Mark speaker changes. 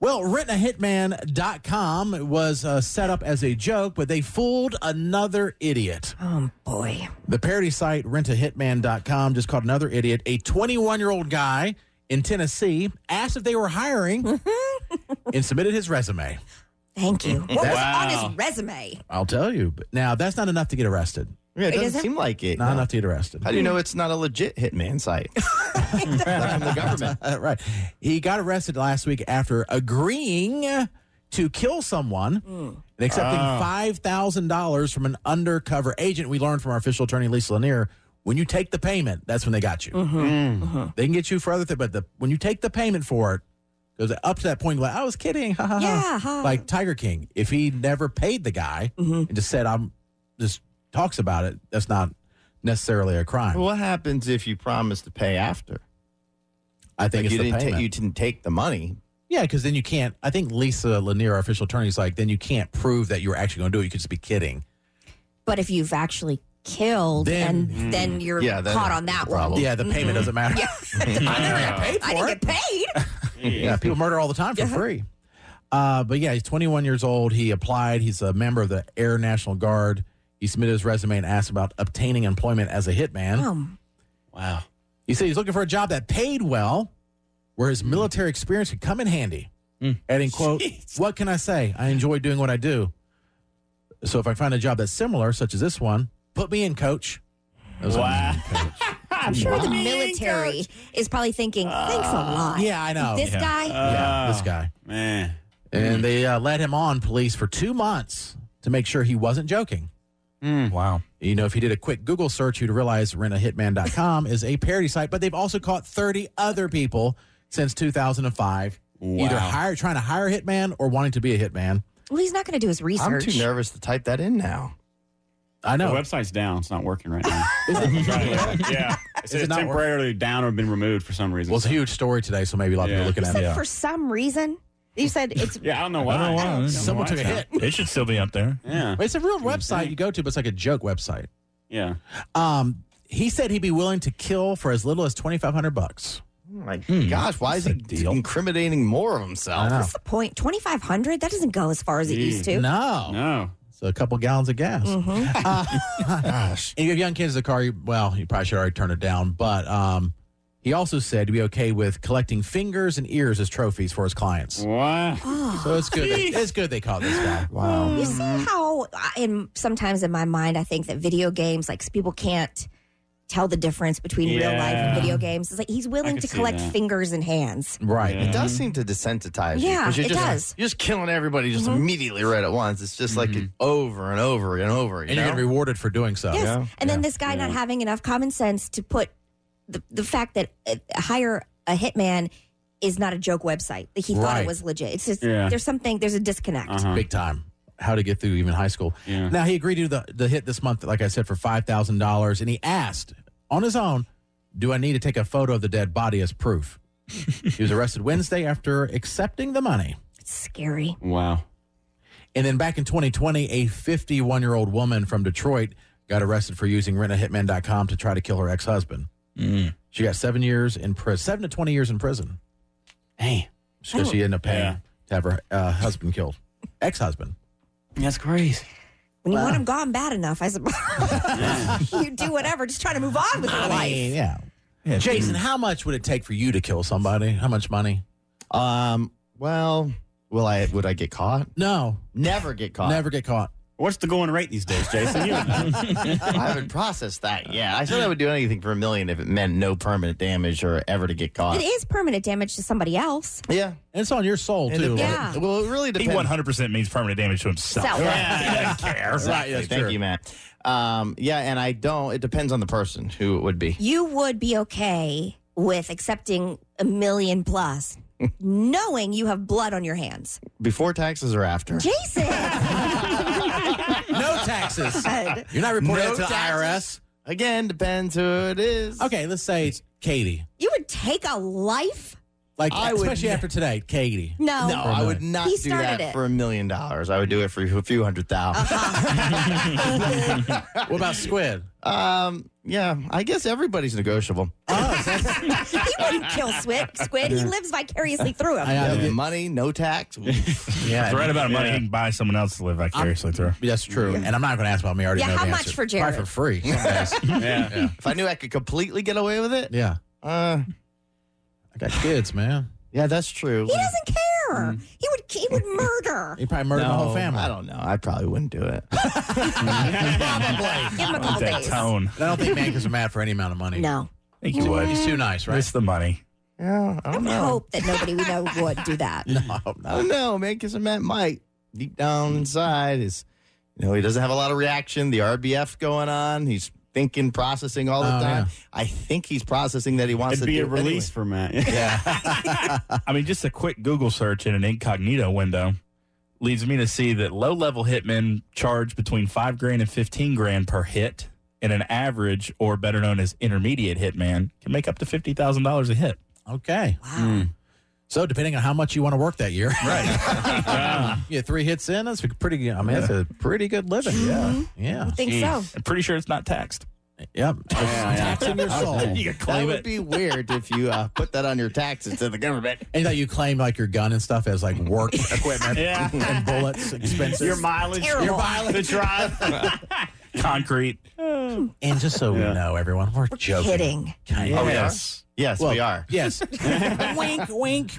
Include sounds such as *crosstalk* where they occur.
Speaker 1: Well, rentahitman.com was uh, set up as a joke, but they fooled another idiot.
Speaker 2: Oh boy.
Speaker 1: The parody site rentahitman.com just called another idiot. A 21 year old guy in Tennessee asked if they were hiring and submitted his resume.
Speaker 2: Thank you. What was
Speaker 3: Wow.
Speaker 2: on his resume?
Speaker 1: I'll tell you. But now, that's not enough to get arrested.
Speaker 3: Yeah, it
Speaker 2: It
Speaker 3: doesn't
Speaker 2: isn't?
Speaker 3: seem like it.
Speaker 1: Not
Speaker 3: No.
Speaker 1: enough to get arrested.
Speaker 3: How do you know it's not a legit hitman
Speaker 2: *laughs*
Speaker 3: site? Not
Speaker 1: *laughs*
Speaker 3: from the government.
Speaker 1: Uh, right. He got arrested last week after agreeing to kill someone
Speaker 3: Hmm.
Speaker 1: and accepting
Speaker 3: Ah.
Speaker 1: $5,000 from an undercover agent. We learned from our official attorney, Lisa Lanier, when you take the payment, that's when they got you.
Speaker 3: Mm-hmm.
Speaker 2: Hmm.
Speaker 1: They can get you for other things, but the, when you take the payment for it, because up to that point, you're like, I was kidding. *laughs* Ha, ha, ha."
Speaker 2: Yeah, huh.
Speaker 1: Uh-huh. Like Tiger King, if he never paid the guy
Speaker 3: Mm-hmm.
Speaker 1: and just said, I'm just talks about it, that's not necessarily a crime.
Speaker 3: *laughs* What happens if you promise to pay after?
Speaker 1: I think
Speaker 3: Like,
Speaker 1: it's
Speaker 3: you
Speaker 1: the
Speaker 3: didn't
Speaker 1: payment.
Speaker 3: take you didn't take the money.
Speaker 1: Yeah, because then you can't. I think Lisa Lanier, our official attorney, is like, then you can't prove that you were actually going to do it. You could just be kidding.
Speaker 2: But if you've actually killed
Speaker 1: Then-
Speaker 2: and then you're
Speaker 3: Yeah, then
Speaker 2: caught
Speaker 3: that's
Speaker 2: on
Speaker 3: the
Speaker 2: that
Speaker 3: problem.
Speaker 2: one.
Speaker 1: Yeah, the payment doesn't matter.
Speaker 2: *laughs* I never got
Speaker 1: paid
Speaker 2: I
Speaker 1: for
Speaker 2: didn't get paid.
Speaker 1: Yeah, people murder all the time for free. Uh, but yeah, he's 21 years old. He applied. He's a member of the Air National Guard. He submitted his resume and asked about obtaining employment as a hitman.
Speaker 2: Um,
Speaker 1: Wow. He said he's looking for a job that paid well, where his military experience could come in handy. Adding, quote, what can I say? I enjoy doing what I do. So if I find a job that's similar, such as this one, put me in, coach. That was
Speaker 4: Wow.
Speaker 2: *laughs* I'm sure the
Speaker 4: Wow.
Speaker 2: military is probably thinking, thanks a lot.
Speaker 1: Yeah, I know.
Speaker 2: This
Speaker 1: yeah.
Speaker 2: guy,
Speaker 5: Ah.
Speaker 1: Yeah, this guy.
Speaker 4: Ah, Man.
Speaker 1: And they uh, led him on police for two months to make sure he wasn't joking.
Speaker 5: Wow.
Speaker 1: You know, if you did a quick Google search, you'd realize rentahitman.com is a parody site, but they've also caught 30 other people since 2005, either
Speaker 4: Wow.
Speaker 1: hire, trying to hire a hitman or wanting to be a hitman.
Speaker 2: well, he's not going to do his
Speaker 3: I'm
Speaker 2: research.
Speaker 3: too nervous to type that in now.
Speaker 1: I
Speaker 4: The
Speaker 1: know.
Speaker 4: website's down. It's not working right
Speaker 5: *laughs*
Speaker 4: now.
Speaker 1: Is it-
Speaker 4: yeah. It says
Speaker 1: it not
Speaker 4: temporarily down or been removed for some reason.
Speaker 1: well, it's a huge story today, so maybe a lot of people
Speaker 4: Yeah.
Speaker 1: are looking at
Speaker 2: Said
Speaker 1: it.
Speaker 2: for some reason, you said it's
Speaker 4: yeah, I don't know why.
Speaker 5: I don't know why.
Speaker 4: know
Speaker 1: Someone
Speaker 4: why
Speaker 1: took a
Speaker 4: it's
Speaker 1: hit.
Speaker 4: not.
Speaker 5: It should still be up there.
Speaker 4: Yeah.
Speaker 1: It's
Speaker 4: *laughs*
Speaker 1: a real website you go to, but it's like a joke website.
Speaker 4: Yeah.
Speaker 1: Um, he said he'd be willing to kill for as little as 2500 bucks.
Speaker 3: Oh my
Speaker 1: Hmm.
Speaker 3: gosh, why is he
Speaker 5: deal.
Speaker 3: incriminating more
Speaker 1: I
Speaker 3: of
Speaker 1: know.
Speaker 3: himself?
Speaker 2: what's the point? 2500 That doesn't go as far as it
Speaker 4: Gee,
Speaker 2: used to.
Speaker 5: Oh.
Speaker 1: No.
Speaker 2: Mm-hmm.
Speaker 4: No.
Speaker 1: So a couple gallons of gas.
Speaker 2: Mm.
Speaker 3: Gosh.
Speaker 1: And you have young kids in the car, you, well, you probably should already turn it down. But um, he also said to be okay with collecting fingers and ears as trophies for his clients.
Speaker 4: Why?
Speaker 1: *laughs* So it's good. They, it's good they caught this guy.
Speaker 3: Wow.
Speaker 2: You see
Speaker 4: Mm-hmm.
Speaker 2: how, I- in sometimes in my mind, I think that video games, like people can't tell the difference between real life
Speaker 4: Yeah.
Speaker 2: and video games. It's like he's willing
Speaker 4: could
Speaker 2: to
Speaker 4: see
Speaker 2: collect
Speaker 4: that.
Speaker 2: fingers and hands.
Speaker 1: Right.
Speaker 4: Yeah.
Speaker 3: It does seem to desensitize you.
Speaker 2: Yeah,
Speaker 3: 'cause you're
Speaker 2: it
Speaker 3: just,
Speaker 2: does. Mm-hmm.
Speaker 3: You're just killing everybody just immediately right at once. It's just like it over and over and over.
Speaker 1: Mm-hmm.
Speaker 3: You
Speaker 1: And you're
Speaker 3: know?
Speaker 1: getting rewarded for doing so.
Speaker 2: Yes.
Speaker 3: Yeah,
Speaker 2: And then this guy not having enough common sense to put the, the fact that uh, hire a hitman is not a joke website. Like he thought
Speaker 1: Right.
Speaker 2: it was legit. It's just,
Speaker 4: Yeah.
Speaker 2: there's something, there's a disconnect.
Speaker 4: Uh-huh.
Speaker 1: Big time. How to get through even high school.
Speaker 5: Mm.
Speaker 4: Yeah.
Speaker 1: Now he agreed to the, the hit this month, like I said, for five thousand dollars, and he asked on his own, "Do I need to take a photo of the dead body as proof?" he was arrested Wednesday after accepting the money.
Speaker 2: It's scary.
Speaker 4: Wow.
Speaker 1: And then back in 2020, a 51 year old woman from Detroit got arrested for using rentahitman.com to try to kill her ex husband.
Speaker 5: Mm.
Speaker 1: She got seven years in prison, seven to 20 years in prison.
Speaker 4: Hey.
Speaker 1: Because she ended up paying
Speaker 4: Yeah.
Speaker 1: to have her uh, husband killed, ex husband.
Speaker 4: That's crazy.
Speaker 2: When you want him gone bad enough, I suppose *laughs* you do whatever, just try to move on with your life.
Speaker 1: yeah.
Speaker 5: Yeah.
Speaker 1: Jason, how much would it take for you to kill somebody? How much money?
Speaker 3: Um. Well, will I? Would I get caught?
Speaker 1: No,
Speaker 3: Never get caught.
Speaker 1: never get caught.
Speaker 4: What's the going rate these days, Jason?
Speaker 5: *laughs*
Speaker 4: You don't know.
Speaker 3: I haven't processed that. Yeah, I said I would do anything for a million if it meant no permanent damage or ever to get caught.
Speaker 2: It is permanent damage to somebody else.
Speaker 3: Yeah.
Speaker 1: And it's on your soul,
Speaker 3: It
Speaker 1: too.
Speaker 3: depends-
Speaker 2: Yeah.
Speaker 3: Well, it really
Speaker 5: He
Speaker 3: depends.
Speaker 5: 100% means permanent damage to himself.
Speaker 2: Self.
Speaker 5: Yeah, *laughs* he doesn't care.
Speaker 3: Exactly.
Speaker 1: Right, yes,
Speaker 3: Thank
Speaker 1: sure.
Speaker 3: you, Matt. Um, yeah, and I don't. It depends on the person who it would be.
Speaker 2: You would be okay with accepting a
Speaker 1: *laughs*
Speaker 2: million plus, knowing you have blood on your hands.
Speaker 3: Before taxes or after?
Speaker 2: Jason!
Speaker 1: *laughs* No
Speaker 3: *laughs*
Speaker 1: taxes.
Speaker 2: God.
Speaker 1: You're not reporting
Speaker 3: No
Speaker 1: it to the
Speaker 3: taxes.
Speaker 1: IRS.
Speaker 3: Again, depends who it is.
Speaker 1: Okay, let's say it's Katie.
Speaker 2: you would take a life?
Speaker 1: Like,
Speaker 3: I would-
Speaker 1: especially after today, Katie.
Speaker 2: No.
Speaker 3: No, I would not
Speaker 2: He
Speaker 3: do
Speaker 2: started
Speaker 3: that
Speaker 2: it. Uh-huh.
Speaker 3: for a million dollars. I would do it for a few hundred thousand. *laughs*
Speaker 1: What about Squid?
Speaker 3: Um, yeah, I guess everybody's negotiable.
Speaker 2: he wouldn't kill Squid. Squid. He lives vicariously through him.
Speaker 1: I gotta
Speaker 3: Yeah,
Speaker 1: get-
Speaker 3: money, no tax. Oof.
Speaker 1: yeah,
Speaker 5: It's right about money.
Speaker 4: Yeah.
Speaker 5: You can buy someone else to live vicariously through.
Speaker 1: That's true. And I'm not going to ask about me. I already
Speaker 2: Yeah,
Speaker 1: know
Speaker 2: how
Speaker 1: the
Speaker 2: much
Speaker 1: answer.
Speaker 2: for
Speaker 1: Probably
Speaker 2: Jared?
Speaker 1: for free. some
Speaker 3: *laughs*
Speaker 1: days.
Speaker 4: *laughs* Yeah.
Speaker 1: yeah.
Speaker 3: if I knew I could completely get away with it,
Speaker 1: Yeah.
Speaker 3: uh,
Speaker 1: I got kids, man.
Speaker 3: yeah, that's true.
Speaker 2: He doesn't care.
Speaker 1: Mm.
Speaker 2: He would. He would murder.
Speaker 1: He probably murdered the whole family.
Speaker 3: I don't know. I probably wouldn't do it.
Speaker 2: Give him a couple
Speaker 5: That
Speaker 2: days.
Speaker 5: tone.
Speaker 1: But I don't think Mancos are *laughs* mad for any amount of money.
Speaker 2: No,
Speaker 5: I think you would.
Speaker 1: He's too nice, right?
Speaker 5: It's the money.
Speaker 3: *laughs* yeah, I
Speaker 2: I
Speaker 3: don't
Speaker 2: would
Speaker 3: know.
Speaker 2: hope that nobody
Speaker 1: *laughs*
Speaker 2: we know would do that.
Speaker 1: No, I hope
Speaker 3: I
Speaker 1: not.
Speaker 3: don't know, man. Because Matt Mike, deep down inside, is you know he doesn't have a lot of reaction. The RBF going on. He's thinking, processing all the
Speaker 1: Oh,
Speaker 3: time.
Speaker 1: yeah.
Speaker 3: I think he's processing that he wants
Speaker 4: It'd
Speaker 3: to
Speaker 4: be
Speaker 3: do
Speaker 4: a
Speaker 3: it anyway.
Speaker 4: release for Matt.
Speaker 3: Yeah,
Speaker 5: I mean, just a quick Google search in an incognito window leads me to see that low level hitmen charge between five grand and 15 grand per hit, and an average, or better known as intermediate hitman, can make up to $50,000 a hit.
Speaker 1: Okay.
Speaker 2: Wow.
Speaker 1: So depending on how much you want to work that year, *laughs* right? yeah, three hits in. That's pretty. good. I mean, that's a pretty good living. Yeah. Yeah.
Speaker 2: I think so.
Speaker 5: I'm pretty sure it's not taxed.
Speaker 1: Yep. Taxing
Speaker 3: *laughs*
Speaker 1: your soul. And
Speaker 5: You can
Speaker 3: that
Speaker 5: claim
Speaker 3: would
Speaker 5: it.
Speaker 3: be weird if you uh, put that on your taxes to the government.
Speaker 1: you thought you claim like your gun and stuff as like *laughs* work equipment
Speaker 5: Yeah.
Speaker 1: and bullets, expenses,
Speaker 4: Your mileage.
Speaker 2: Terrible.
Speaker 4: Your mileage. The drive.
Speaker 5: *laughs* Concrete.
Speaker 1: and just so we know, everyone, we're, Oh,
Speaker 2: We're
Speaker 1: joking.
Speaker 2: kidding.
Speaker 1: Kind of.
Speaker 3: Yes, we are.
Speaker 1: Yes. *laughs* wink, wink.